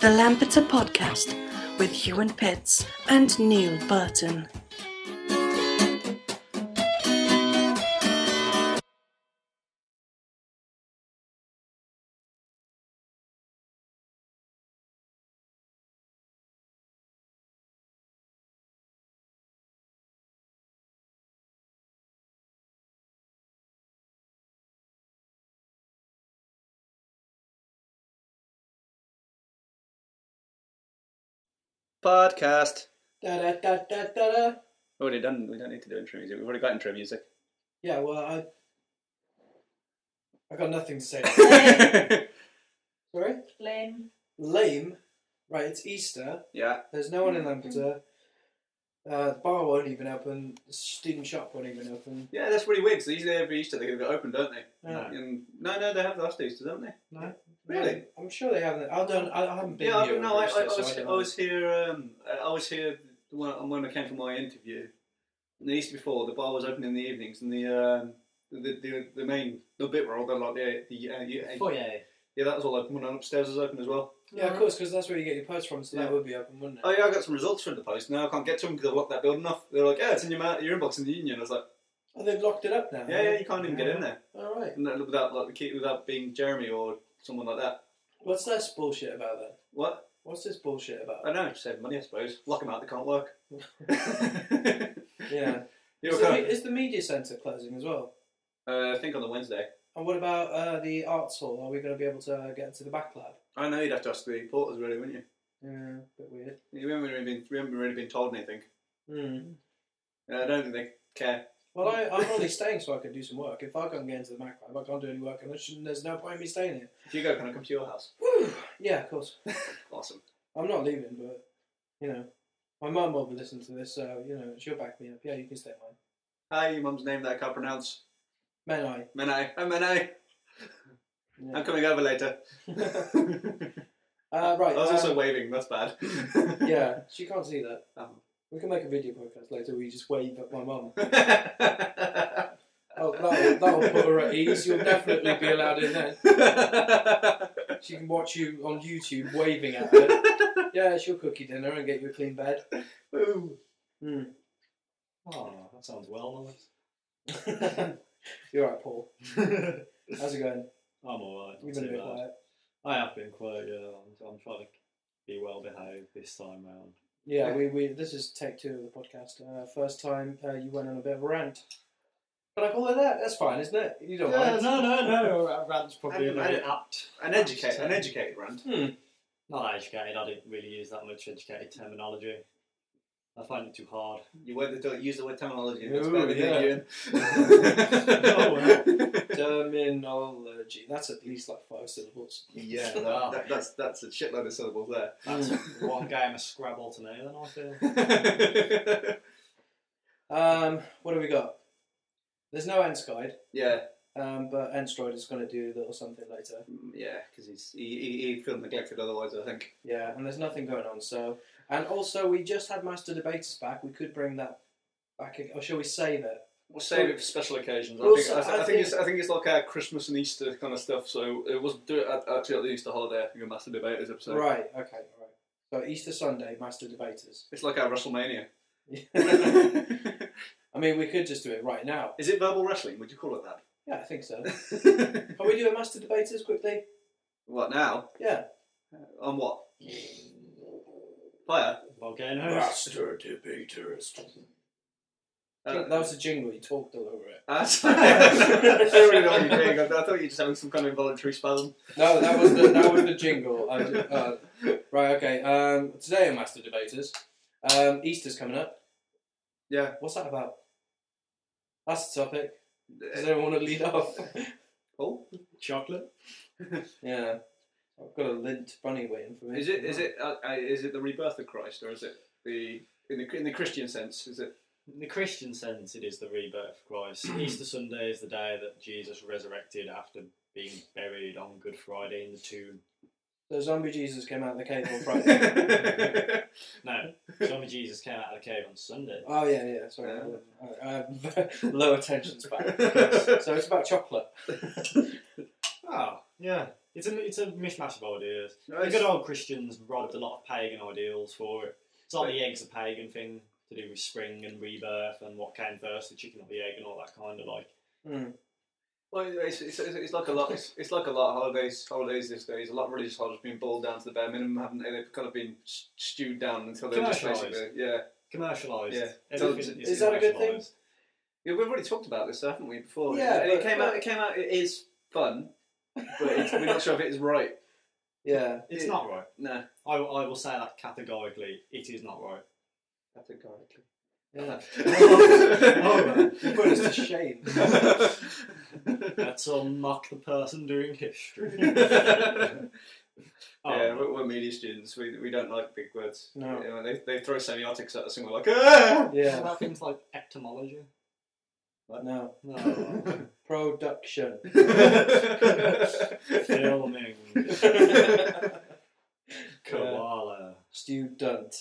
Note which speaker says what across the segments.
Speaker 1: the Lampeter Podcast with Ewan Pitts and Neil Burton.
Speaker 2: Podcast.
Speaker 3: Da da da da da da.
Speaker 2: We've already done. We don't need to do intro music. We've already got intro music.
Speaker 3: Yeah, well, I. I got nothing to say. Sorry?
Speaker 4: Lame.
Speaker 3: Lame. Right, it's Easter.
Speaker 2: yeah.
Speaker 3: There's no one in Lampeter. Uh, the bar won't even open. The student shop won't even open.
Speaker 2: Yeah, that's really weird. So usually every Easter they go open, don't they?
Speaker 3: No.
Speaker 2: And, no, no, they have last Easter, don't they?
Speaker 3: No?
Speaker 2: Really?
Speaker 3: I'm sure they haven't. I don't. I, I haven't been
Speaker 2: yeah. I-
Speaker 3: here.
Speaker 2: no, I,
Speaker 3: over
Speaker 2: I, I
Speaker 3: Easter, so
Speaker 2: was,
Speaker 3: don't
Speaker 2: I
Speaker 3: know.
Speaker 2: was here. Um, uh, I was here when, when I came for my interview. And the Easter before, the bar was open in the evenings, and the um, the, the the main the bit where all the like the, the uh, yeah,
Speaker 3: Foyer.
Speaker 2: yeah that was all open. And upstairs was open as well.
Speaker 3: Yeah, of course, because that's where you get your post from. So
Speaker 2: Yeah.
Speaker 3: that would be open, wouldn't it?
Speaker 2: Oh yeah, I got some results from the post. No, I can't get to them because I've locked that building off. They're like, yeah, it's in your ma- your inbox in the union. I was like,
Speaker 3: Oh, they've locked it up now.
Speaker 2: yeah, yeah, you can't even get in there.
Speaker 3: All right.
Speaker 2: No, without like the key, without being Jeremy or someone like that.
Speaker 3: What's this bullshit about then?
Speaker 2: What?
Speaker 3: What's this bullshit
Speaker 2: I
Speaker 3: about?
Speaker 2: don't know. Save money, I suppose. Lock them out. They can't work.
Speaker 3: Yeah.
Speaker 2: You're
Speaker 3: Is the,
Speaker 2: okay.
Speaker 3: me- is the media centre closing as well?
Speaker 2: Uh, I think on the Wednesday.
Speaker 3: And what about uh, the arts hall? Are we going to be able to uh, get into the back lab?
Speaker 2: I know you'd have to ask the reporters, really, wouldn't you?
Speaker 3: Yeah, bit weird.
Speaker 2: You haven't really been, you haven't really been told anything. And I don't think they care.
Speaker 3: Hmm. Well, I, I'm only staying so I can do some work. If I can't get into the back lab, I can't do any work, and I shouldn't- there's no point in me staying here.
Speaker 2: If you go, can I come to your house?
Speaker 3: Whew. Yeah, of course.
Speaker 2: Awesome.
Speaker 3: I'm not leaving, but you know, my mum will be listening to this, so you know she'll back me up. Yeah, you can stay at
Speaker 2: Hi, your mum's name that I can't pronounce.
Speaker 3: mine. Man,
Speaker 2: Menai. Hi, Menai.
Speaker 3: I.
Speaker 2: I'm coming over later.
Speaker 3: Yeah.
Speaker 2: I
Speaker 3: uh, right.
Speaker 2: was
Speaker 3: um,
Speaker 2: also waving. That's bad.
Speaker 3: yeah, she can't see that.
Speaker 2: Um.
Speaker 3: We can make a video podcast later. where you just wave at my mum.
Speaker 2: That'll,
Speaker 3: Oh, that'll, that'll put her at ease. You'll definitely be allowed in there. She can watch you on YouTube waving at her. yeah, she'll cook you dinner and get you a clean bed. Mm.
Speaker 5: Oh, that sounds well nice.
Speaker 3: You're right, Paul. How's it going?
Speaker 5: I'm alright.
Speaker 3: You've been a bit quiet.
Speaker 5: uh, I have been quiet, yeah. I'm, I'm trying to be well behaved this time round.
Speaker 3: Yeah, we, we this is take two of the podcast. Uh, first time uh, you went on a bit of a rant. But I call it that. That's fine, isn't it? You don't mind.
Speaker 5: no, no, no. Rant's probably a
Speaker 2: I-
Speaker 5: little
Speaker 2: I-
Speaker 5: bit apt.
Speaker 2: an educated, an educated rant.
Speaker 3: Hmm.
Speaker 5: Not educated, I didn't really use that much educated terminology. I find it too hard.
Speaker 2: You went to use the word terminology.
Speaker 3: Ooh, yeah.
Speaker 2: yeah.
Speaker 3: Terminology. That's at least like five syllables.
Speaker 2: yeah, that, that, that's that's a shitload of syllables there.
Speaker 5: That's one game of Scrabble to me, then I feel.
Speaker 3: Um, what have we got? There's no Ents guide,
Speaker 2: yeah,
Speaker 3: um, but Enstroid is going to do a little something later.
Speaker 2: yeah, because he's he, he he'd feel neglected otherwise. I think.
Speaker 3: Yeah, and there's nothing going on. So, and also we just had Master Debaters back. We could bring that back, ag- or shall we save it?
Speaker 2: We'll save it for special occasions.
Speaker 3: Well,
Speaker 2: I, think,
Speaker 3: so
Speaker 2: I, th- I
Speaker 3: I
Speaker 2: think
Speaker 3: think-
Speaker 2: it's I think it's like a Christmas and Easter kind of stuff. So it was do it at, actually at the Easter holiday. I think a master debaters episode.
Speaker 3: Right. Okay. All right. So Easter Sunday, Master Debaters.
Speaker 2: It's like our WrestleMania.
Speaker 3: I mean, we could just do it right now.
Speaker 2: Is it verbal wrestling? Would you call it
Speaker 3: Yeah, I think so.
Speaker 2: that?
Speaker 3: Can we do a Master Debaters quickly?
Speaker 2: what now?
Speaker 3: Yeah.
Speaker 2: On what? Fire.
Speaker 5: Volcanoes.
Speaker 3: Debaters.
Speaker 2: Uh, Ah,
Speaker 3: that was a jingle. You talked all over it.
Speaker 2: I don't really know what you're doing. I, I thought you were just having some kind of involuntary spasm.
Speaker 3: No, that was the that was the jingle. I ju- uh, right. Okay. Um, today on Master Debaters, um, Easter's coming up.
Speaker 2: Yeah.
Speaker 3: What's that about? That's the topic. Does anyone want to lead off?
Speaker 2: Oh,
Speaker 5: Chocolate.
Speaker 3: yeah. I've got a lint bunny waiting for me.
Speaker 2: is it is it uh, uh, is it the rebirth of Christ or is it the in the in the Christian sense? Is it?
Speaker 5: In the Christian sense, it is the rebirth of Christ. Easter Sunday is the day that Jesus resurrected after being buried on Good Friday in the tomb.
Speaker 3: So zombie Jesus came out of the cave on Friday.
Speaker 2: Right.
Speaker 5: No, Zombie Jesus came out of the cave on Sunday.
Speaker 3: oh yeah, yeah. Sorry, I have low attention span. so it's about chocolate.
Speaker 5: Oh, yeah. It's a it's a mishmash of ideas.
Speaker 2: No,
Speaker 5: The
Speaker 2: it's-
Speaker 5: good old Christians robbed a lot of pagan ideals for it. It's like the eggs a pagan thing to do with spring and rebirth and what came first, the chicken or the egg, and all that kind of like.
Speaker 2: Well, it's, it's, it's, it's like a lot. It's, it's like a lot of holidays. Holidays these days. A lot of religious holidays being boiled down to the bare minimum, haven't they? They've kind of been s- stewed down until they're just
Speaker 5: Commercialised.
Speaker 2: basically yeah.
Speaker 5: Commercialised.
Speaker 2: Yeah.
Speaker 5: Everything
Speaker 3: Is that a good thing?
Speaker 5: commercialised.
Speaker 2: Yeah, we've already talked about this, haven't we? Before.
Speaker 3: Yeah,
Speaker 2: it
Speaker 3: but-
Speaker 2: came out. It came out. It is fun, but it's, we're not sure if it is right.
Speaker 3: Yeah.
Speaker 5: It's not right.
Speaker 2: No,
Speaker 5: I, I will say that categorically. It is not right.
Speaker 2: categorically.
Speaker 3: Yeah.
Speaker 5: Oh, man.
Speaker 3: You put us to shame.
Speaker 5: Let's unlock the person doing history. Oh,
Speaker 2: yeah, we're, we're media students. We, we don't like big words.
Speaker 3: No.
Speaker 2: You know, they, they throw semiotics at us and we're like, ah!
Speaker 5: What
Speaker 3: Yeah.
Speaker 5: about things like etymology?
Speaker 3: No.
Speaker 5: No.
Speaker 2: Oh,
Speaker 3: Production.
Speaker 5: Filming. Koala.
Speaker 3: Student.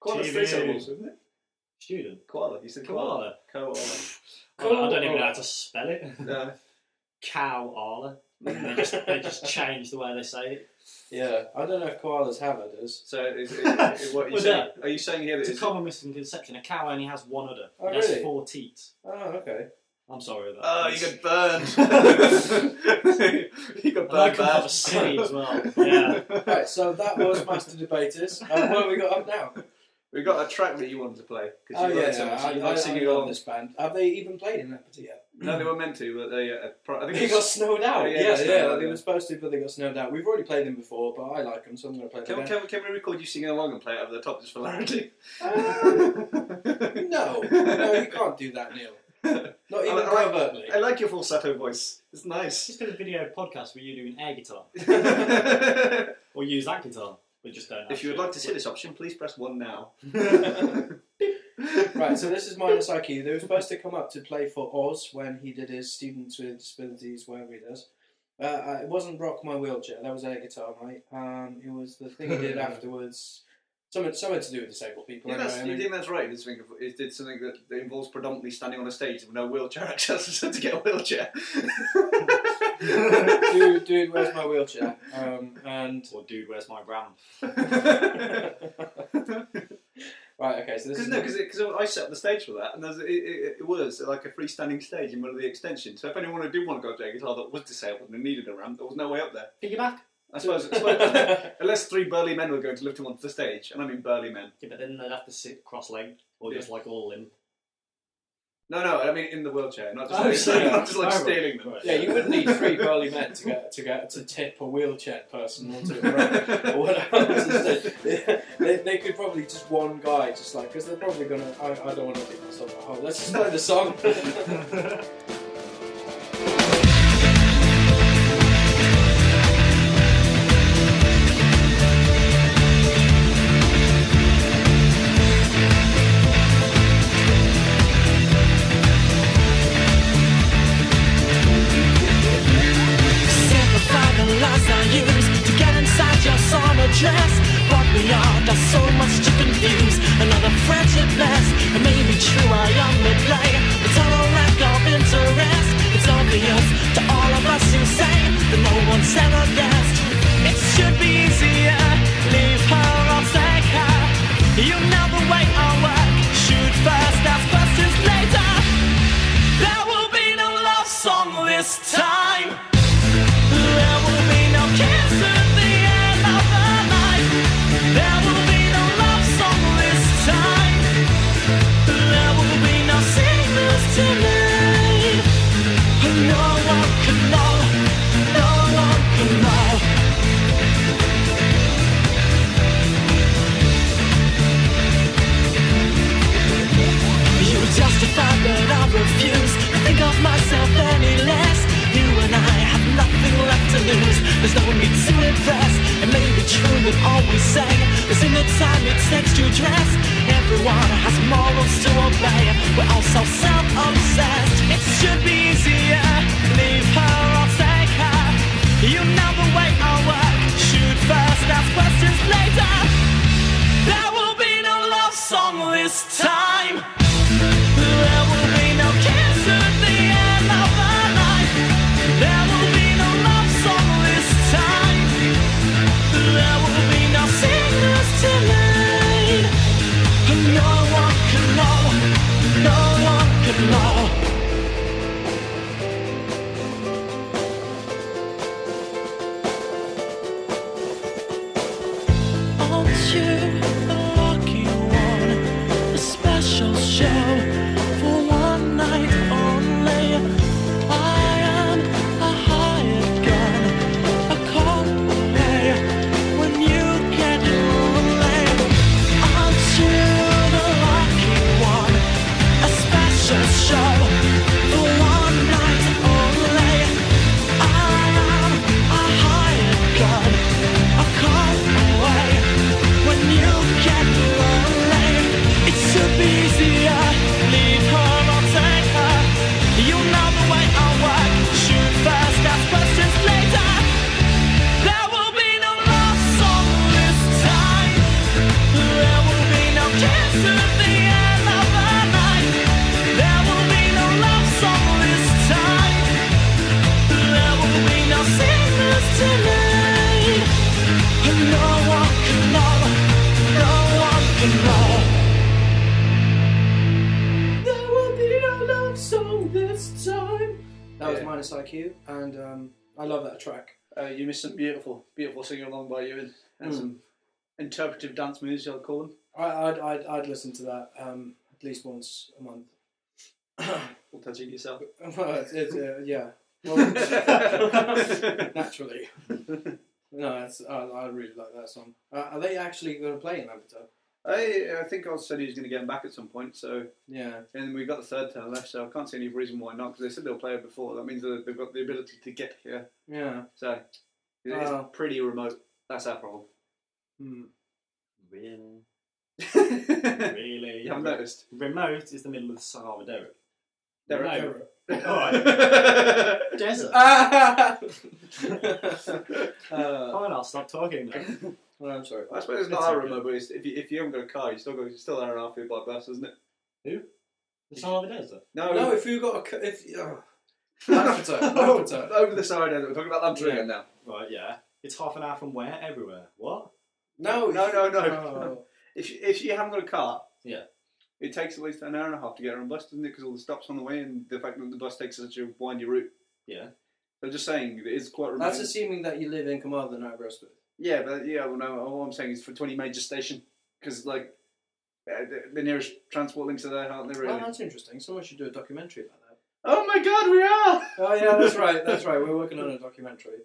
Speaker 2: Koala's
Speaker 5: TV.
Speaker 2: three syllables, isn't it?
Speaker 5: Student.
Speaker 2: Koala. You said koala.
Speaker 5: Koala.
Speaker 2: Koala. Uh,
Speaker 5: I don't- I don't even know
Speaker 3: Oh.
Speaker 5: how to spell it.
Speaker 2: No.
Speaker 5: Cow-ala. They just, they just changed the way they say it.
Speaker 3: Yeah. I don't know if koalas have udders.
Speaker 2: So is, is, is what are you
Speaker 5: Was
Speaker 2: saying? Are you saying here that
Speaker 5: It's a
Speaker 2: it's
Speaker 5: common misconception. A cow only has one udder.
Speaker 3: Oh,
Speaker 5: it has
Speaker 3: really?
Speaker 5: four teats.
Speaker 3: Oh, okay.
Speaker 5: I'm sorry. That
Speaker 2: Oh, you
Speaker 5: that's-
Speaker 2: got burned. you got
Speaker 5: And I
Speaker 2: burned
Speaker 5: come
Speaker 2: bad.
Speaker 5: from a city as well. Yeah.
Speaker 3: Right, so that was Master Debaters. Uh, what have we got up now?
Speaker 2: We've got a track that you wanted to play because
Speaker 3: Oh,
Speaker 2: you
Speaker 3: yeah,
Speaker 2: liked so much.
Speaker 3: I,
Speaker 2: You
Speaker 3: I,
Speaker 2: like
Speaker 3: I
Speaker 2: singing
Speaker 3: love
Speaker 2: along.
Speaker 3: this band. Have they even played in Epity yet?
Speaker 2: No, they were meant to, but they. Uh, pro- I think
Speaker 3: They
Speaker 2: it's-
Speaker 3: got snowed out.
Speaker 2: Yeah, Oh, they
Speaker 3: Yeah,
Speaker 2: got
Speaker 3: yeah,
Speaker 2: snowed out,
Speaker 3: they
Speaker 2: yeah.
Speaker 3: were supposed to, but they got snowed out. We've already played them before, but I like them, so I'm going to play
Speaker 2: Can,
Speaker 3: them
Speaker 2: we-
Speaker 3: again.
Speaker 2: can, we- can we record you singing along and play it over the top just for hilarity?
Speaker 3: Um, no, no, you can't do that, Neil. Not even
Speaker 2: I like- I like-
Speaker 3: covertly.
Speaker 2: I like your falsetto voice. It's
Speaker 5: It's
Speaker 2: nice.
Speaker 5: just been a video podcast where you doing air guitar.
Speaker 2: if
Speaker 5: Or use that guitar. We just don't
Speaker 2: you would
Speaker 5: actually-
Speaker 2: like to see this option, please press one now.
Speaker 3: Right, so this is minus IQ. They were supposed to come up to play for Oz when he did his Students with Disabilities, wherever he does. Uh, Uh, it wasn't Rock My Wheelchair, that was air guitar, right? Um, it was the thing he did afterwards. Something, something to do with disabled people.
Speaker 2: You think,
Speaker 3: anyway,
Speaker 2: that's,
Speaker 3: I
Speaker 2: you
Speaker 3: mean-
Speaker 2: think that's right? This thing it did something that, that involves predominantly standing on a stage with no wheelchair access to get a wheelchair.
Speaker 3: dude, dude, where's my wheelchair? Um, and
Speaker 5: Or dude, where's my gram?
Speaker 3: right, okay, so this
Speaker 2: Because
Speaker 3: is
Speaker 2: no, because I set up the stage for that, and there's, it, it, it was like a freestanding stage in one of the extensions. So if anyone who did want to go to a guitar that was disabled and needed a ramp, there was no way up there.
Speaker 5: Piggyback.
Speaker 2: I suppose, I suppose unless three burly men were going to lift him onto the stage, and I mean burly men.
Speaker 5: Yeah, but then they'd have to sit cross-legged or just like all limp.
Speaker 2: No, no, I mean in the wheelchair, not just,
Speaker 5: Oh, sorry.
Speaker 2: not just like
Speaker 5: Oh, right.
Speaker 2: stealing them.
Speaker 5: Right.
Speaker 3: yeah, you would need three burly men to get to get to tip a wheelchair person onto a ramp. or whatever. Instead, they, they could probably just one guy, just like, because they're probably gonna. I, I don't want to dig myself a hole. Let's just play the song.
Speaker 4: Simplify the lies I use to get inside your summer dress. But we are just so much to confuse. Another friendship less. It may be true I am the play. But total lack of interest. It's obvious to all of us who say that no one's ever guessed. It should be easier. Leave her or take her. You know the way I work. Shoot first, ask questions later. There will be no love song this time. There will be no kiss at the end of the night. There will be no love song this time. There will be no sickness tonight. No one can know. No one can know. You justify but I refuse to think of myself any less. You and I have nothing left to lose. There's no need to impress. It may be true that all we say is in the time it takes to dress. Everyone has morals to obey. We're all so self-obsessed. It should be easier. Leave her or take her. You know the way I work. Shoot first, ask questions later. There will be no love song this time. There will be no kiss at the end of the night. There will be no love song. you're the lucky one. A special show for one night only. I am a hired gun, a cowboy. When you get lonely, aren't you the lucky one? A special show for one night only. I am a hired gun, a cowboy. When you get lonely, it should be easier. Leave her or take her. You know the way I work. Shoot first, ask questions later. There will be no love song this time. There will be no kiss at the end of the night. There will be no love song this time. There will be no secrets tonight. No one can know. No one can know. There will be no love song this time.
Speaker 3: That was
Speaker 2: Yeah.
Speaker 3: Minus IQ, and um, I love that track.
Speaker 2: Uh, you missed some beautiful, beautiful singing along by you and, and some interpretive dance moves, I'll call them.
Speaker 3: I, I'd, I'd, I'd listen to that um, at least once a month.
Speaker 2: We'll touch it yourself.
Speaker 3: Well, it's, it's, uh, yeah. Well, naturally. No, it's, I, I really like that song. Uh, are they actually going to play in Avatar?
Speaker 2: I, I think I said he was going to get him back at some point, so
Speaker 3: Yeah.
Speaker 2: and we've got the third turn left, so I can't see any reason why not, because they said they'll play it before. That means that they've got the ability to get here,
Speaker 3: Yeah.
Speaker 2: so it's
Speaker 3: Oh.
Speaker 2: pretty remote. That's our problem.
Speaker 3: Hmm.
Speaker 5: Really?
Speaker 2: you
Speaker 5: Really?
Speaker 2: haven't noticed?
Speaker 5: Remote is the middle of the Sahara Desert.
Speaker 2: Derek.
Speaker 5: Remote. Desert.
Speaker 3: Ah!
Speaker 2: Uh,
Speaker 5: Fine, I'll stop talking then.
Speaker 3: well, I'm sorry.
Speaker 2: I suppose it's not
Speaker 5: It's
Speaker 2: our
Speaker 5: okay.
Speaker 2: remote, but it's, if, you, if you haven't got a car, you still got, you're still an hour and a half here by bus, isn't it?
Speaker 5: The Sahara Desert.
Speaker 2: No,
Speaker 3: No, if you got a. c- If, oh. Lampeter, Lampeter.
Speaker 2: Over the side end, we're talking about Lampeter
Speaker 3: Yeah.
Speaker 2: again now.
Speaker 5: Right, yeah. It's half an hour from where? Everywhere. What?
Speaker 3: No,
Speaker 2: No,
Speaker 3: if-
Speaker 2: no, no.
Speaker 3: Oh.
Speaker 2: If you, if you haven't got a car,
Speaker 5: Yeah.
Speaker 2: it takes at least an hour and a half to get on a bus, doesn't it? Because all the stops on the way and the fact that the bus takes such a windy route.
Speaker 5: Yeah.
Speaker 2: I'm just saying, it is quite remote.
Speaker 3: That's assuming that you live in Carmarthen and Aberystwyth.
Speaker 2: Yeah, but yeah, well, no, all I'm saying is for 20 major station, because like uh, the, the nearest transport links are there, aren't they? Really?
Speaker 3: Oh, that's interesting. Someone should do a documentary about that.
Speaker 2: oh my God, we are!
Speaker 3: Oh yeah, that's right. That's right. We're working on a documentary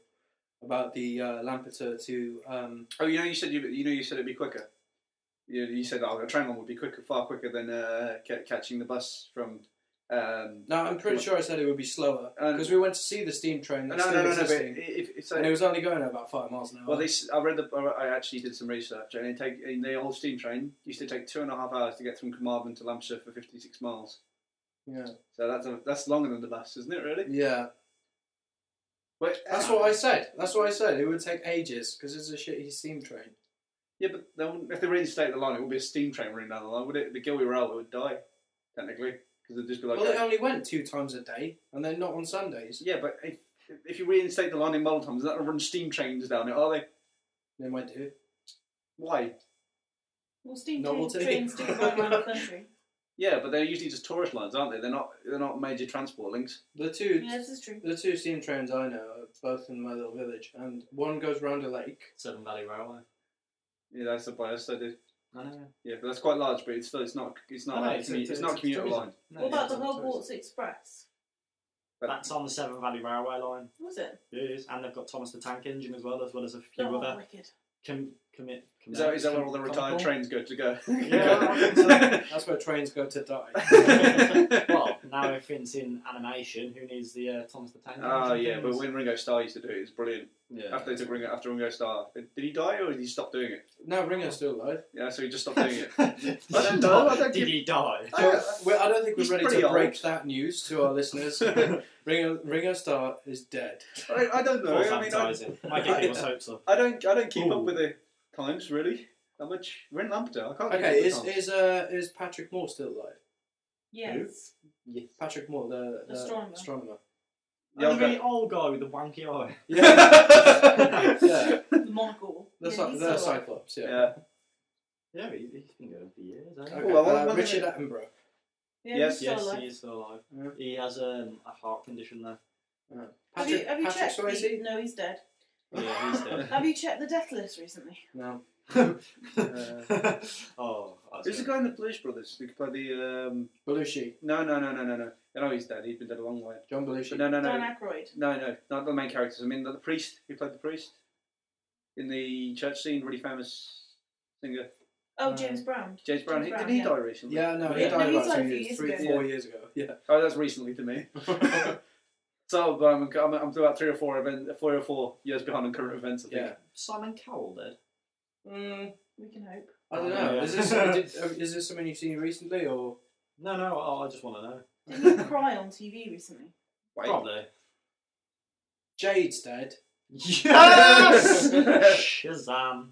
Speaker 3: about the uh, Lampeter to. Um,
Speaker 2: Oh, you know, you said you, you know, you said it'd be quicker. You, you said oh, a tram line would be quicker, far quicker than uh, ca- catching the bus from. Um,
Speaker 3: no, I'm pretty sure I said it would be slower
Speaker 2: Um,
Speaker 3: because we went to see the steam train
Speaker 2: no,
Speaker 3: that's
Speaker 2: no,
Speaker 3: still
Speaker 2: no, no. But
Speaker 3: existing,
Speaker 2: if, if, so,
Speaker 3: and it was only going at about five miles an hour.
Speaker 2: well, they, s- I read the. I actually did some research, and it take in the old steam train used to take two and a half hours to get from Carmarthen to Lampshire for fifty-six miles.
Speaker 3: yeah,
Speaker 2: So that's a, that's longer than the bus, isn't it? Really?
Speaker 3: yeah.
Speaker 2: Wait,
Speaker 3: That's what I said. That's what I said. It would take ages because it's a shitty steam train.
Speaker 2: Yeah, but they wouldn't- if they reinstate the line, it would be a steam train running down the line, would it? The Gilby Railway would die, technically, because it'd just be like.
Speaker 3: Well, it
Speaker 2: oh,
Speaker 3: only went two times a day, and then not on Sundays.
Speaker 2: Yeah, but if, if you reinstate the line in model times, that'll run steam trains down it, are they?
Speaker 3: They might do.
Speaker 2: Why?
Speaker 6: Well, steam
Speaker 3: Novelty.
Speaker 6: trains do run around the country.
Speaker 2: Yeah, but they're usually just tourist lines, aren't they? They're not. They're not major transport links.
Speaker 3: The two
Speaker 6: Yeah, this is true.
Speaker 3: the two steam trains I know are both in my little village, and one goes round a lake.
Speaker 5: Seven Valley Railway.
Speaker 2: Yeah, that's the bias they did.
Speaker 5: I know.
Speaker 2: Yeah, but that's quite large, but it's still it's not it's not
Speaker 5: I know,
Speaker 2: a
Speaker 5: it's
Speaker 2: commu-
Speaker 5: a-
Speaker 2: it's,
Speaker 5: it's
Speaker 2: not
Speaker 5: a
Speaker 2: a commuter
Speaker 5: tourism.
Speaker 2: line.
Speaker 6: What about the Hogwarts
Speaker 3: Hogwarts?
Speaker 6: Express?
Speaker 5: That's on the Seven Valley Railway line.
Speaker 6: Was it?
Speaker 5: It is. And they've got Thomas the Tank Engine as well, as well as a few
Speaker 6: That was
Speaker 5: other
Speaker 6: wicked.
Speaker 5: com- commit.
Speaker 2: Oh, Is that, is that where all the
Speaker 5: com-
Speaker 2: retired
Speaker 5: comical?
Speaker 2: trains go to go?
Speaker 5: Yeah, I reckon
Speaker 3: That's where trains go to die.
Speaker 5: well, now if it's in animation, who needs the uh, Thomas the Tank Engine?
Speaker 2: Oh yeah, but
Speaker 5: things?
Speaker 2: when Ringo Starr used to do it, it's brilliant.
Speaker 5: Yeah.
Speaker 2: After they took Ringo, after Ringo Starr, did he die or did he stop doing it?
Speaker 3: no, Ringo's still alive.
Speaker 2: Yeah, so he just stopped doing it.
Speaker 5: I
Speaker 2: don't know, I don't
Speaker 5: Did
Speaker 2: give-
Speaker 5: he die?
Speaker 2: I-
Speaker 3: Well, well, I don't think
Speaker 2: He's
Speaker 3: we're ready
Speaker 2: pretty
Speaker 3: to break
Speaker 2: old.
Speaker 3: that news to our listeners. Ringo, Ringo Starr is dead.
Speaker 2: I, I don't know.
Speaker 5: False
Speaker 2: I mean, I,
Speaker 5: advertising. Might get people's hopes up.
Speaker 2: I don't I don't keep up
Speaker 5: Ooh.
Speaker 2: with the times really. How much? We're in Lampeter. I can't. keep
Speaker 3: Okay,
Speaker 2: up with
Speaker 3: is
Speaker 2: times.
Speaker 3: is uh is Patrick Moore still alive?
Speaker 6: Yes.
Speaker 3: Patrick Moore, the, the
Speaker 6: Astronomer.
Speaker 3: astronomer.
Speaker 2: Yeah,
Speaker 5: the
Speaker 2: okay.
Speaker 5: really old guy with the wanky eye.
Speaker 3: Yeah, yeah.
Speaker 6: The monocle.
Speaker 3: The,
Speaker 6: Yeah,
Speaker 3: cy-
Speaker 6: he's
Speaker 3: the
Speaker 6: still alive.
Speaker 3: Cyclops. Yeah.
Speaker 2: Yeah.
Speaker 5: Yeah, he, he's been going for years. hasn't he?
Speaker 3: Okay,
Speaker 2: Well, one-
Speaker 3: uh,
Speaker 2: one thing-
Speaker 3: Richard Attenborough.
Speaker 6: Yeah,
Speaker 2: Yes,
Speaker 6: he's still
Speaker 5: Yes,
Speaker 6: alive.
Speaker 5: he is still alive.
Speaker 3: Yeah.
Speaker 5: He has um, a heart condition though.
Speaker 6: Have you,
Speaker 3: Patrick,
Speaker 6: have you
Speaker 3: Patrick
Speaker 6: checked?
Speaker 3: Swayze?
Speaker 6: No, he's dead.
Speaker 5: Yeah, he's dead.
Speaker 6: Have you checked the death list recently?
Speaker 3: No. Uh,
Speaker 5: oh, I was
Speaker 2: There's a
Speaker 5: gonna-
Speaker 2: guy in the Police Brothers who could play the. Um,
Speaker 3: Belushi.
Speaker 2: no, no, no, no, no, no. I know he's dead. He's been dead a long way.
Speaker 3: John Belushi.
Speaker 2: But no, no,
Speaker 6: Dan
Speaker 2: no,
Speaker 6: Aykroyd.
Speaker 2: no, no. Not the main characters. I mean, the, the priest who played the priest in the church scene, really famous singer
Speaker 6: Oh,
Speaker 3: Uh,
Speaker 6: James Brown.
Speaker 2: James Brown.
Speaker 6: James
Speaker 2: he,
Speaker 6: Brown,
Speaker 2: did he
Speaker 6: yeah.
Speaker 2: die recently?
Speaker 3: Yeah, no, he
Speaker 2: Yeah.
Speaker 6: No,
Speaker 3: died
Speaker 6: he
Speaker 3: about
Speaker 6: died
Speaker 3: two
Speaker 6: a few
Speaker 3: years,
Speaker 6: years
Speaker 3: three,
Speaker 6: ago.
Speaker 3: four years ago. Yeah.
Speaker 2: Oh, that's recently to me. so, but I'm, I'm, I'm about three or four event, four or four years behind on current events. I think.
Speaker 3: yeah.
Speaker 5: Simon Cowell dead.
Speaker 3: Mm,
Speaker 6: We can hope.
Speaker 3: I don't know.
Speaker 5: Yeah.
Speaker 3: Is this did, uh, is this something you've seen recently or?
Speaker 5: No, no, I, I just want to know.
Speaker 6: Didn't he cry on TV recently?
Speaker 2: Wait.
Speaker 5: Probably.
Speaker 3: Jade's dead.
Speaker 5: Yes! Shazam.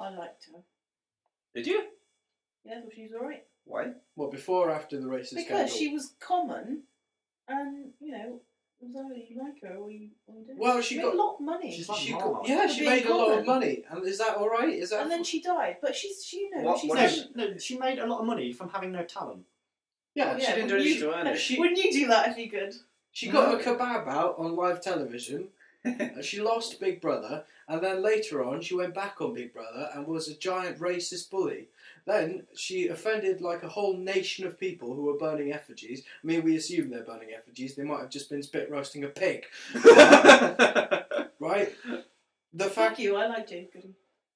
Speaker 6: I liked her.
Speaker 2: Did you?
Speaker 6: Yeah, I thought she was alright.
Speaker 2: Why?
Speaker 3: What before or after the racist
Speaker 6: Because
Speaker 3: scandal?
Speaker 6: she was common, and, you know, it was either you like her or you, or you didn't.
Speaker 3: Well, she
Speaker 6: made
Speaker 3: got-
Speaker 6: a lot of money.
Speaker 5: She's like
Speaker 3: She
Speaker 5: Marmite.
Speaker 3: got, yeah,
Speaker 6: For
Speaker 3: she
Speaker 6: being
Speaker 3: made a lot of
Speaker 6: common.
Speaker 3: money. And is that all right? Is that
Speaker 6: and then she died. But she's, she, you know,
Speaker 2: What-
Speaker 6: she's
Speaker 2: what
Speaker 5: No,
Speaker 2: is-
Speaker 6: done-
Speaker 5: she, no, she made a lot of money from having no talent.
Speaker 3: yeah,
Speaker 6: Yeah,
Speaker 3: she didn't do
Speaker 6: wouldn't
Speaker 3: anything.
Speaker 6: you-
Speaker 2: to earn it.
Speaker 3: She,
Speaker 6: Wouldn't you do that if you could?
Speaker 3: she got a kebab out on live television. and she lost Big Brother, and then later on she went back on Big Brother and was a giant racist bully. Then she offended like a whole nation of people who were burning effigies. I mean, we assume they're burning effigies. They might have just been spit roasting a pig, right? The
Speaker 6: Fuck
Speaker 3: fact.
Speaker 6: you, I like James Goody.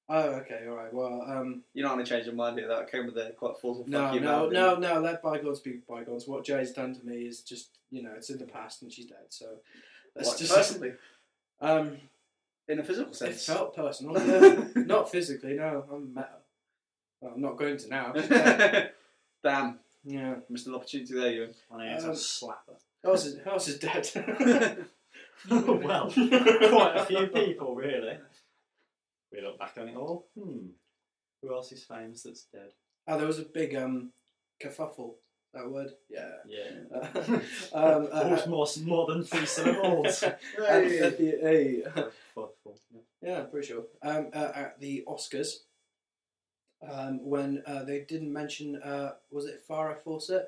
Speaker 3: Oh, okay, all right. Well, um,
Speaker 2: You're not going to change your mind here. That came with a quite full fuck
Speaker 3: No,
Speaker 2: you
Speaker 3: no,
Speaker 2: mouth,
Speaker 3: no,
Speaker 2: didn't
Speaker 3: no. Let bygones be bygones. What Jay's done to me is just, you know, it's in the past and she's dead. So
Speaker 2: it?
Speaker 3: that's
Speaker 2: Like,
Speaker 3: just.
Speaker 2: personally,
Speaker 3: Um,
Speaker 2: in a physical
Speaker 3: it
Speaker 2: sense.
Speaker 3: felt personal. yeah. not physically. No, I'm meta. Well, I'm not going to now. She's dead.
Speaker 2: Damn,
Speaker 3: yeah.
Speaker 2: missed an opportunity there, you.
Speaker 5: I think it's
Speaker 3: Um,
Speaker 5: a slapper.
Speaker 3: Who else is, who else is dead?
Speaker 5: well, quite a few people, really. We look back on it all. Hmm. Who else is famous that's dead?
Speaker 3: oh, there was a big um, kerfuffle. That word. Yeah.
Speaker 5: Yeah.
Speaker 3: Uh, um, uh,
Speaker 5: Almost more, more than three syllables.
Speaker 3: at, at the, hey.
Speaker 5: Thoughtful.
Speaker 3: Yeah, I'm pretty sure. Um, uh, at the Oscars, um, when uh, they didn't mention, uh, was it Farrah Fawcett?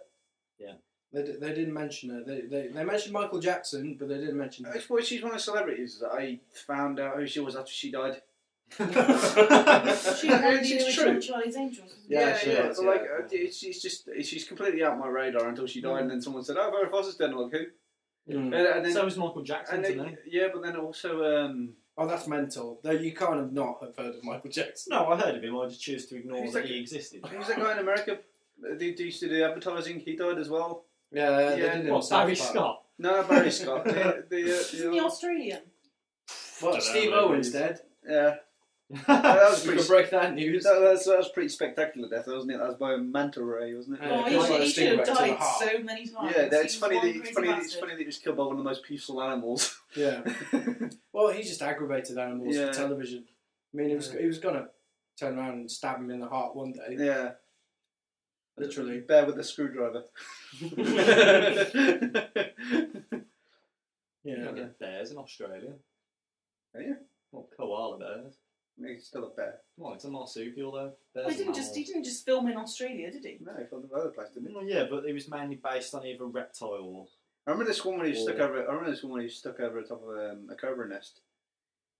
Speaker 5: Yeah.
Speaker 3: They, d- they didn't mention her. They, they, they mentioned Michael Jackson, but they didn't mention her.
Speaker 2: uh, It's why she's one of the celebrities that I found out who she was after she died.
Speaker 6: She was
Speaker 2: Yeah,
Speaker 6: on
Speaker 2: it's
Speaker 6: the
Speaker 2: true.
Speaker 6: original Charlie's Angels. wasn't
Speaker 3: Yeah, she was,
Speaker 2: but
Speaker 3: yeah.
Speaker 2: like uh, it's, it's just she's completely out my radar until she died, and then someone said, "Oh, Vera Foster's dead." and I'm like, who?
Speaker 3: Mm. eh?
Speaker 2: And, and then,
Speaker 5: so is Michael Jackson
Speaker 2: and
Speaker 5: today.
Speaker 2: then yeah, but then also um,
Speaker 3: Oh, that's mental. Though you can't have not have heard of Michael Jackson.
Speaker 5: No, I heard of him. I just choose to ignore
Speaker 2: He's
Speaker 5: that
Speaker 2: like-
Speaker 5: he existed.
Speaker 2: who's that guy in America? uh, They used to do advertising. He died as well.
Speaker 3: Yeah, they
Speaker 2: Yeah,
Speaker 3: did it in
Speaker 5: What,
Speaker 3: South
Speaker 5: Barry
Speaker 3: Park.
Speaker 5: Scott?
Speaker 2: No, not Barry Scott. the, the, uh,
Speaker 6: she? Isn't
Speaker 2: the-
Speaker 6: he Australian?
Speaker 3: What,
Speaker 5: Dunno,
Speaker 3: Steve
Speaker 5: maybe
Speaker 3: Owens
Speaker 5: he's-
Speaker 3: dead?
Speaker 2: yeah,
Speaker 5: yeah,
Speaker 2: that was
Speaker 3: We
Speaker 2: pretty.
Speaker 3: could break that news.
Speaker 2: That, that's, that was pretty spectacular death, wasn't it? That was by a manta ray, wasn't it?
Speaker 3: Yeah,
Speaker 6: oh,
Speaker 3: it
Speaker 6: he,
Speaker 3: goes like
Speaker 6: should,
Speaker 3: a
Speaker 6: he should
Speaker 3: stingray
Speaker 6: have
Speaker 3: to the
Speaker 6: died
Speaker 3: heart.
Speaker 6: so many times.
Speaker 2: Yeah, that,
Speaker 6: He
Speaker 2: it's
Speaker 6: was
Speaker 2: funny.
Speaker 6: one
Speaker 2: That, it's
Speaker 6: crazy
Speaker 2: funny. That, it's
Speaker 6: bastard.
Speaker 2: funny that he was killed by one of the most peaceful animals.
Speaker 3: Yeah. Well, he just aggravated animals
Speaker 2: Yeah.
Speaker 3: for television. I mean, he was, he was going to turn around and stab him in the heart one day.
Speaker 2: yeah,
Speaker 3: Literally.
Speaker 2: bear with a screwdriver.
Speaker 3: Yeah.
Speaker 5: Bears in Australia.
Speaker 2: Are you?
Speaker 5: Well, koala bears.
Speaker 2: He's still a bear.
Speaker 5: Well, it's a marsupial though. Bears
Speaker 6: Well,
Speaker 5: are
Speaker 6: he didn't just he
Speaker 5: mammals.
Speaker 6: didn't just film in Australia, did he?
Speaker 2: No, he found the other place, didn't he?
Speaker 5: Well, yeah, but it was mainly based on either reptile.
Speaker 2: I remember this woman who
Speaker 5: Or-
Speaker 2: stuck over. I remember this woman who stuck over the top of um, a cobra nest,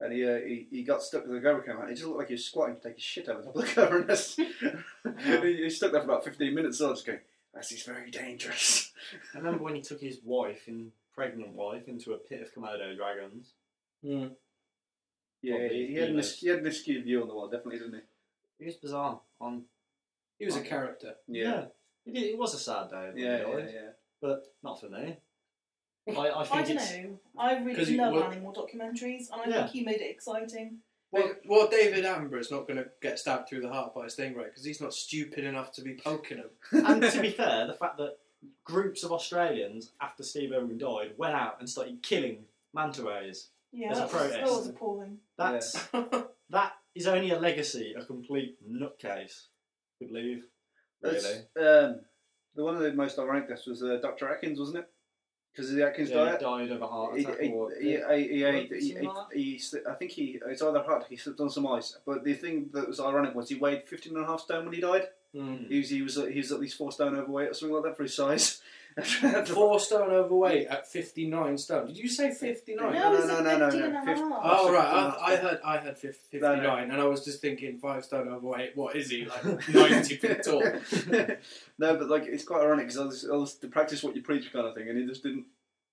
Speaker 2: and he, uh, he he got stuck. The cobra came out. He just looked like he was squatting to take his shit over the top of the cobra nest. he, he stuck there for about fifteen minutes. So I was just going, "This is very dangerous."
Speaker 5: I remember when he took his wife, in pregnant wife, into a pit of Komodo dragons.
Speaker 3: Mm.
Speaker 2: Yeah,
Speaker 5: Probably
Speaker 2: he, he had an
Speaker 5: females.
Speaker 2: askew- he had an askew view on the world, definitely, didn't
Speaker 5: It was bizarre. On
Speaker 3: He was a character.
Speaker 2: he? Yeah,
Speaker 5: It, it was a sad day. when he
Speaker 2: yeah, yeah,
Speaker 5: died,
Speaker 2: yeah.
Speaker 5: But not for me. I, I
Speaker 6: I
Speaker 5: think
Speaker 6: don't
Speaker 5: it's.
Speaker 6: know. I
Speaker 3: 'Cause
Speaker 6: really
Speaker 3: he
Speaker 6: love
Speaker 3: wa-
Speaker 6: animal documentaries, and I
Speaker 5: Yeah.
Speaker 6: think he made it exciting.
Speaker 3: Well, well, David Attenborough's not going to get stabbed through the heart by a stingray because he's not stupid enough to be poking him.
Speaker 5: and to be fair, the fact that groups of Australians, after Steve Irwin died, went out and started killing manta rays.
Speaker 6: Yeah,
Speaker 5: As a
Speaker 6: that was, that
Speaker 5: protest.
Speaker 6: was appalling.
Speaker 5: That's that is only a legacy a complete nutcase could leave.
Speaker 2: That's,
Speaker 5: Really?
Speaker 2: Um, the one of the most ironic deaths was uh, Dr. Atkins, wasn't it? Because of the Atkins
Speaker 5: Yeah,
Speaker 2: diet.
Speaker 5: died of a heart
Speaker 2: He,
Speaker 5: attack.
Speaker 2: he-
Speaker 5: or
Speaker 2: he- he- he-
Speaker 5: Or
Speaker 2: he- he-
Speaker 5: something like
Speaker 2: he sli- I think he, it's either hot, he slipped on some ice. But the thing that was ironic was he weighed 15 and a half stone when he died.
Speaker 3: Mm.
Speaker 5: Hmm.
Speaker 2: He was, he was, he was at least four stone overweight or something like that for his size.
Speaker 3: Four stone overweight at 59 stone. Did you say
Speaker 2: No,
Speaker 3: 59?
Speaker 2: no,
Speaker 6: it's
Speaker 2: no,
Speaker 6: a
Speaker 2: no, no,
Speaker 6: 50
Speaker 2: no.
Speaker 6: and a
Speaker 2: Fifty-
Speaker 6: half.
Speaker 3: Oh, right.
Speaker 2: Fifty-nine.
Speaker 3: I, I heard I heard fif-
Speaker 2: No, no.
Speaker 3: 59, and I was just thinking five stone overweight. What is he? Like 90 feet tall.
Speaker 2: no, but like it's quite ironic because I was, I was to practice what you preach kind of thing, and he just didn't.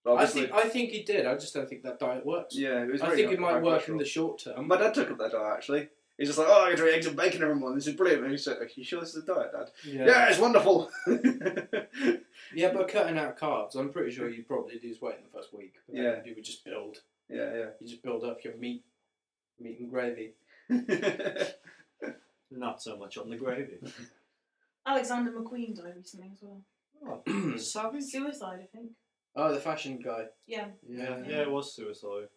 Speaker 3: I
Speaker 2: Obviously,
Speaker 3: think, I think he did. I just don't think that diet works.
Speaker 2: yeah, it was.
Speaker 3: I
Speaker 2: very
Speaker 3: think it might work in
Speaker 2: agricultural.
Speaker 3: the short term.
Speaker 2: My dad took up that diet actually. He's just like, oh, I get to eat eggs and bacon every morning. This is brilliant. And he said, are you sure this is a diet, Dad? Yeah, it's wonderful.
Speaker 3: Yeah, but cutting out carbs, I'm pretty sure you'd probably lose weight in the first week. But then
Speaker 2: Yeah.
Speaker 3: You would just build.
Speaker 2: yeah,
Speaker 3: You just build up your meat, meat and gravy.
Speaker 2: yeah.
Speaker 5: Not so much on the gravy.
Speaker 6: Alexander McQueen died recently as well.
Speaker 5: Oh, Savage.
Speaker 6: Suicide, I think.
Speaker 3: Oh, the fashion guy.
Speaker 6: Yeah.
Speaker 5: Yeah, yeah, it was suicide.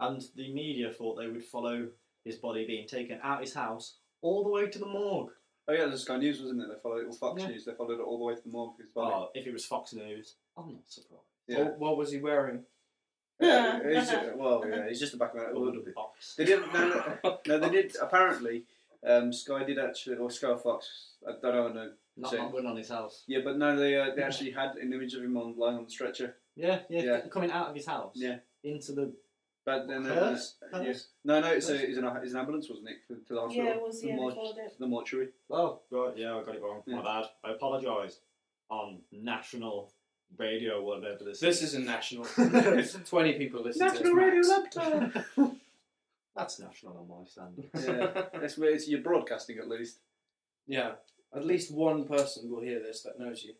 Speaker 5: And the media thought they would follow his body being taken out his house all the way to the morgue.
Speaker 2: oh yeah, the Sky News wasn't it? They followed it. Well, Fox
Speaker 5: Yeah.
Speaker 2: News. They followed it all the way to the morgue. It's funny.
Speaker 5: Oh, if it was Fox News, I'm not surprised.
Speaker 2: Yeah.
Speaker 3: What, what was he wearing?
Speaker 2: Yeah, he's, Uh, well, yeah, he's just the back of that.
Speaker 5: Or would it be Fox?
Speaker 2: They didn't. No, no, no, they did. Apparently, um, Sky did actually, or Sky or Fox. I, I don't know.
Speaker 5: Not
Speaker 2: Same.
Speaker 5: not one on his house.
Speaker 2: Yeah, but no, they uh, they actually had an image of him on lying on the stretcher.
Speaker 5: Yeah, yeah,
Speaker 2: Yeah.
Speaker 5: coming out of his house.
Speaker 2: Yeah.
Speaker 5: Into the
Speaker 2: But then, uh,
Speaker 5: hearse.
Speaker 2: uh, yeah.
Speaker 5: Hearse?
Speaker 2: no, no, it's, a, it's, an, it's an ambulance, wasn't it, to, to the hospital?
Speaker 6: Yeah, it was,
Speaker 2: The
Speaker 6: yeah, they
Speaker 2: mort-
Speaker 6: followed it.
Speaker 2: the mortuary.
Speaker 5: Oh, right, yeah, I got it wrong.
Speaker 2: Yeah.
Speaker 5: My bad. I apologise on national radio, whatever this,
Speaker 3: This is
Speaker 5: is.
Speaker 3: a national. 20 people listen to this. max.
Speaker 2: Laptop.
Speaker 5: That's national on my standard.
Speaker 2: yeah, it's, it's your broadcasting at least.
Speaker 3: yeah. At least one person will hear this that knows you.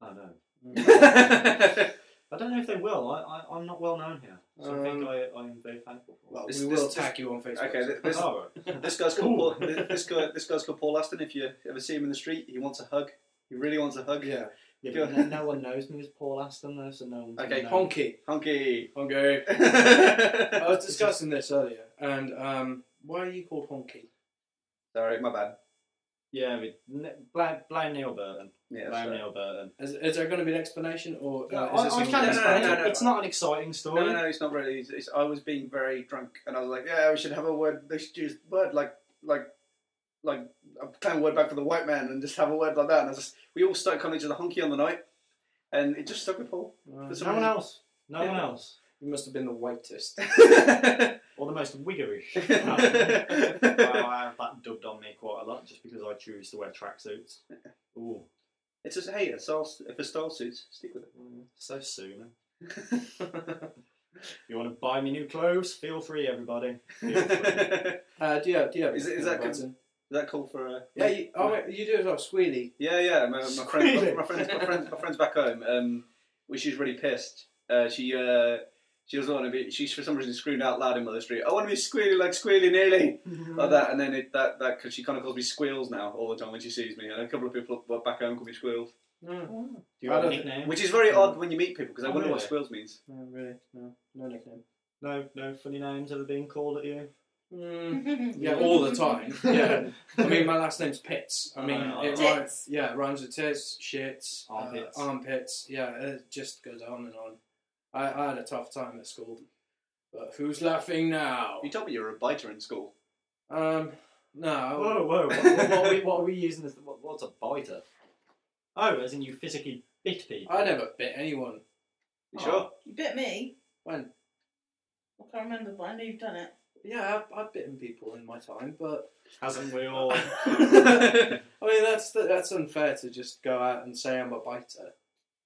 Speaker 5: I know.
Speaker 2: Mm. yeah,
Speaker 5: I don't know if they will. I, I, I'm not well known here. So I
Speaker 2: Um,
Speaker 5: think I, I'm very thankful for
Speaker 3: Well,
Speaker 2: This-
Speaker 3: we
Speaker 2: this-
Speaker 3: will
Speaker 2: this-
Speaker 3: tag you on Facebook.
Speaker 2: okay, th-
Speaker 5: it.
Speaker 2: this-
Speaker 5: Oh, right.
Speaker 2: this guy's called
Speaker 5: Cool.
Speaker 2: Paul, this guy. This guy's called Paul Aston. If you ever see him in the street, he wants a hug. He really wants a hug.
Speaker 3: yeah.
Speaker 5: Yeah,
Speaker 2: Go
Speaker 5: but
Speaker 2: on.
Speaker 5: no, no one knows me as Paul Aston, though, so no one's
Speaker 2: Okay,
Speaker 5: gonna know.
Speaker 3: Honky.
Speaker 2: Honky.
Speaker 3: Honky. I
Speaker 2: Sorry,
Speaker 3: was discussing this earlier, and um, why are you called Honky?
Speaker 2: my bad.
Speaker 5: Yeah, we, n- blame, blame Neil Burton.
Speaker 2: Yeah,
Speaker 5: blame
Speaker 2: sorry.
Speaker 5: Neil Burton.
Speaker 3: Is, is there going to be an explanation, or uh,
Speaker 5: I-
Speaker 3: is this
Speaker 5: I
Speaker 3: a-
Speaker 5: can't
Speaker 2: no, no,
Speaker 5: explain
Speaker 2: no,
Speaker 5: it.
Speaker 2: no.
Speaker 5: It's not an exciting story.
Speaker 2: No, no, it's not really. It's, it's, I was being very drunk, and I was like, "Yeah, we should have a word. They should use word like, like, like a clan word back for the white man, and just have a word like that." And I just, we all started calling each other honky on the night, and it just stuck with Paul.
Speaker 3: Uh,
Speaker 2: For some
Speaker 5: No one
Speaker 2: reason.
Speaker 5: else. No one
Speaker 2: Yeah.
Speaker 5: else.
Speaker 3: You must have been the whitest.
Speaker 5: Or the most wiggerish. Well,
Speaker 2: it's
Speaker 5: I have that dubbed on me quite a lot just because I choose to wear tracksuits. Ooh,
Speaker 2: just hey, a style, if a style suits, stick with it.
Speaker 5: so soon. You want to buy me new clothes? Feel free, everybody. Feel free.
Speaker 2: is
Speaker 3: Uh, do you have? Do you have?
Speaker 2: Is it- is that
Speaker 3: anything,
Speaker 2: cons-
Speaker 3: Martin?
Speaker 2: that cool for a?
Speaker 3: Yeah. You, oh, wait, you do as well, Sweetie.
Speaker 2: Yeah, yeah. My, my
Speaker 5: Screaming.
Speaker 2: friend, my friends, my friends, my friends back home. Um, which she's really pissed. Uh, she uh, she doesn't want to be. She's for some reason screamed out loud in Mother Street. I want to be squealy like squealy nearly
Speaker 3: Mm-hmm.
Speaker 2: like that. And then it, that that because she kind of calls me squeals now all the time when she sees me. And a couple of people up- back home call me squeals,
Speaker 3: No,
Speaker 5: Do you
Speaker 3: I
Speaker 5: have a
Speaker 3: don't-
Speaker 5: nickname?
Speaker 2: which is very odd when you meet people because I
Speaker 5: Oh,
Speaker 2: wonder what
Speaker 5: really?
Speaker 2: squeals means.
Speaker 3: no, really, no, no nickname.
Speaker 5: No, no funny names ever being called at you.
Speaker 3: Mm, yeah, all the time. Yeah, I mean, my last name's Pitts. I mean,
Speaker 5: Oh,
Speaker 3: it
Speaker 6: tits.
Speaker 3: rhymes. Yeah, it rhymes with tits, shits, uh,
Speaker 5: Armpits.
Speaker 3: armpits. Yeah, it just goes on and on. I, I had a tough time at school, but who's laughing now?
Speaker 2: You told me you were a biter in school.
Speaker 3: Um, no.
Speaker 5: Whoa, whoa! What, what, what, are, we, what are we using? This, what, what's a biter? Oh, as in you physically bit people.
Speaker 3: I never bit anyone.
Speaker 2: You
Speaker 5: Oh.
Speaker 2: sure?
Speaker 6: You bit me.
Speaker 3: When?
Speaker 6: I can't remember, but I know you've done it.
Speaker 3: Yeah, I've, I've bitten people in my time, but
Speaker 5: Hasn't we all?
Speaker 3: I mean that's that's unfair to just go out and say I'm a biter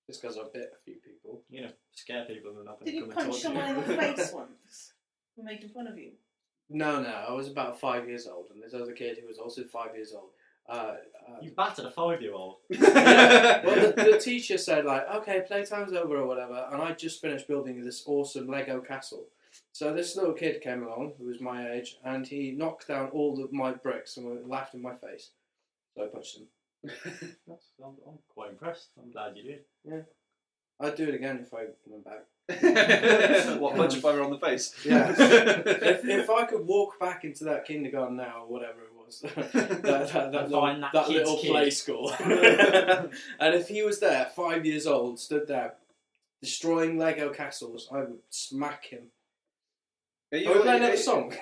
Speaker 3: just because I bit a few people.
Speaker 5: You know, scare people and nothing.
Speaker 6: Did you
Speaker 5: come and
Speaker 6: punch
Speaker 5: talk to
Speaker 6: someone in the
Speaker 5: you.
Speaker 6: face once? For making fun of you.
Speaker 3: No, no, I was about five years old, and this other kid who was also five years old. Uh, uh,
Speaker 5: You battered a five-year-old.
Speaker 3: well, the, the teacher said like, okay, playtime's over or whatever, and I just finished building this awesome Lego castle. So this little kid came along who was my age, and he knocked down all of my bricks and laughed in my face. So I punched him.
Speaker 5: That's, I'm, I'm quite impressed. I'm glad you did.
Speaker 3: I'd do it again if I went back.
Speaker 2: what punch a fire on the face?
Speaker 3: Yeah. if, if I could walk back into that kindergarten now or whatever it was, that, that, that,
Speaker 5: And
Speaker 3: little,
Speaker 5: find
Speaker 3: that,
Speaker 5: that kid's
Speaker 3: little
Speaker 5: kid.
Speaker 3: play school, and if he was there, five years old, stood there destroying Lego castles, I would smack him.
Speaker 2: Are
Speaker 3: Are we playing another song?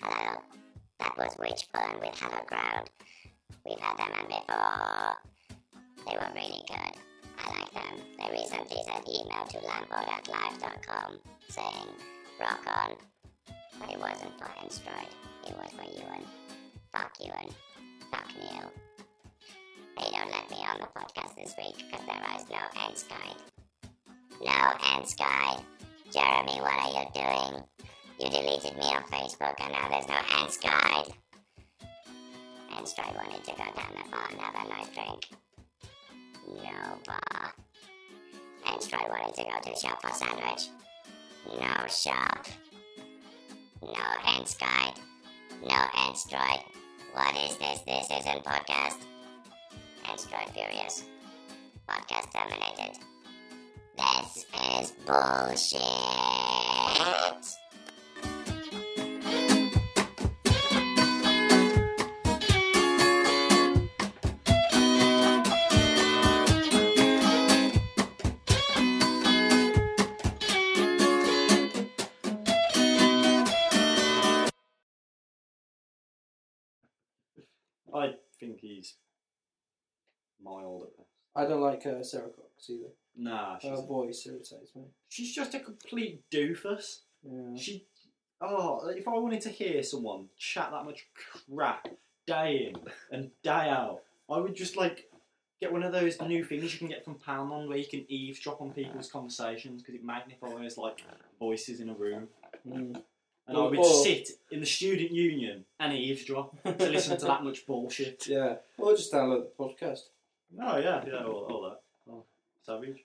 Speaker 7: backwards witch burn. We've had our ground. We've had them and before. They were really good. I like them. They recently sent email to lambod at live.com saying, rock on. But it wasn't for Enstride. It was for Ewan. Fuck Ewan. Fuck Neil. They don't let me on the podcast this week because there is no end guide. No end guide. Jeremy, what are you doing? You deleted me on Facebook and now there's no end guide. Enstride wanted to go down the bar and have a nice drink. No bar. Enstride wanted to go to the shop for sandwich. No shop. No end guide. No Android. What is this? This isn't podcast. Android furious. Podcast terminated. This is bullshit.
Speaker 5: I think he's mild at best.
Speaker 3: I don't like uh, Sarah Cox either.
Speaker 5: Nah, she's,
Speaker 3: Her voice irritates me.
Speaker 5: she's just a complete doofus.
Speaker 3: Yeah.
Speaker 5: She, oh, if I wanted to hear someone chat that much crap day in and day out, I would just like get one of those new things you can get from Pound on where you can eavesdrop on people's conversations because it magnifies like voices in a room.
Speaker 3: Mm.
Speaker 5: And I
Speaker 3: Or-
Speaker 5: would
Speaker 3: or-
Speaker 5: sit in the student union and eavesdrop to listen to that much bullshit.
Speaker 3: Yeah. Or just download the podcast.
Speaker 5: Oh yeah, yeah, all, all that. Oh, savage.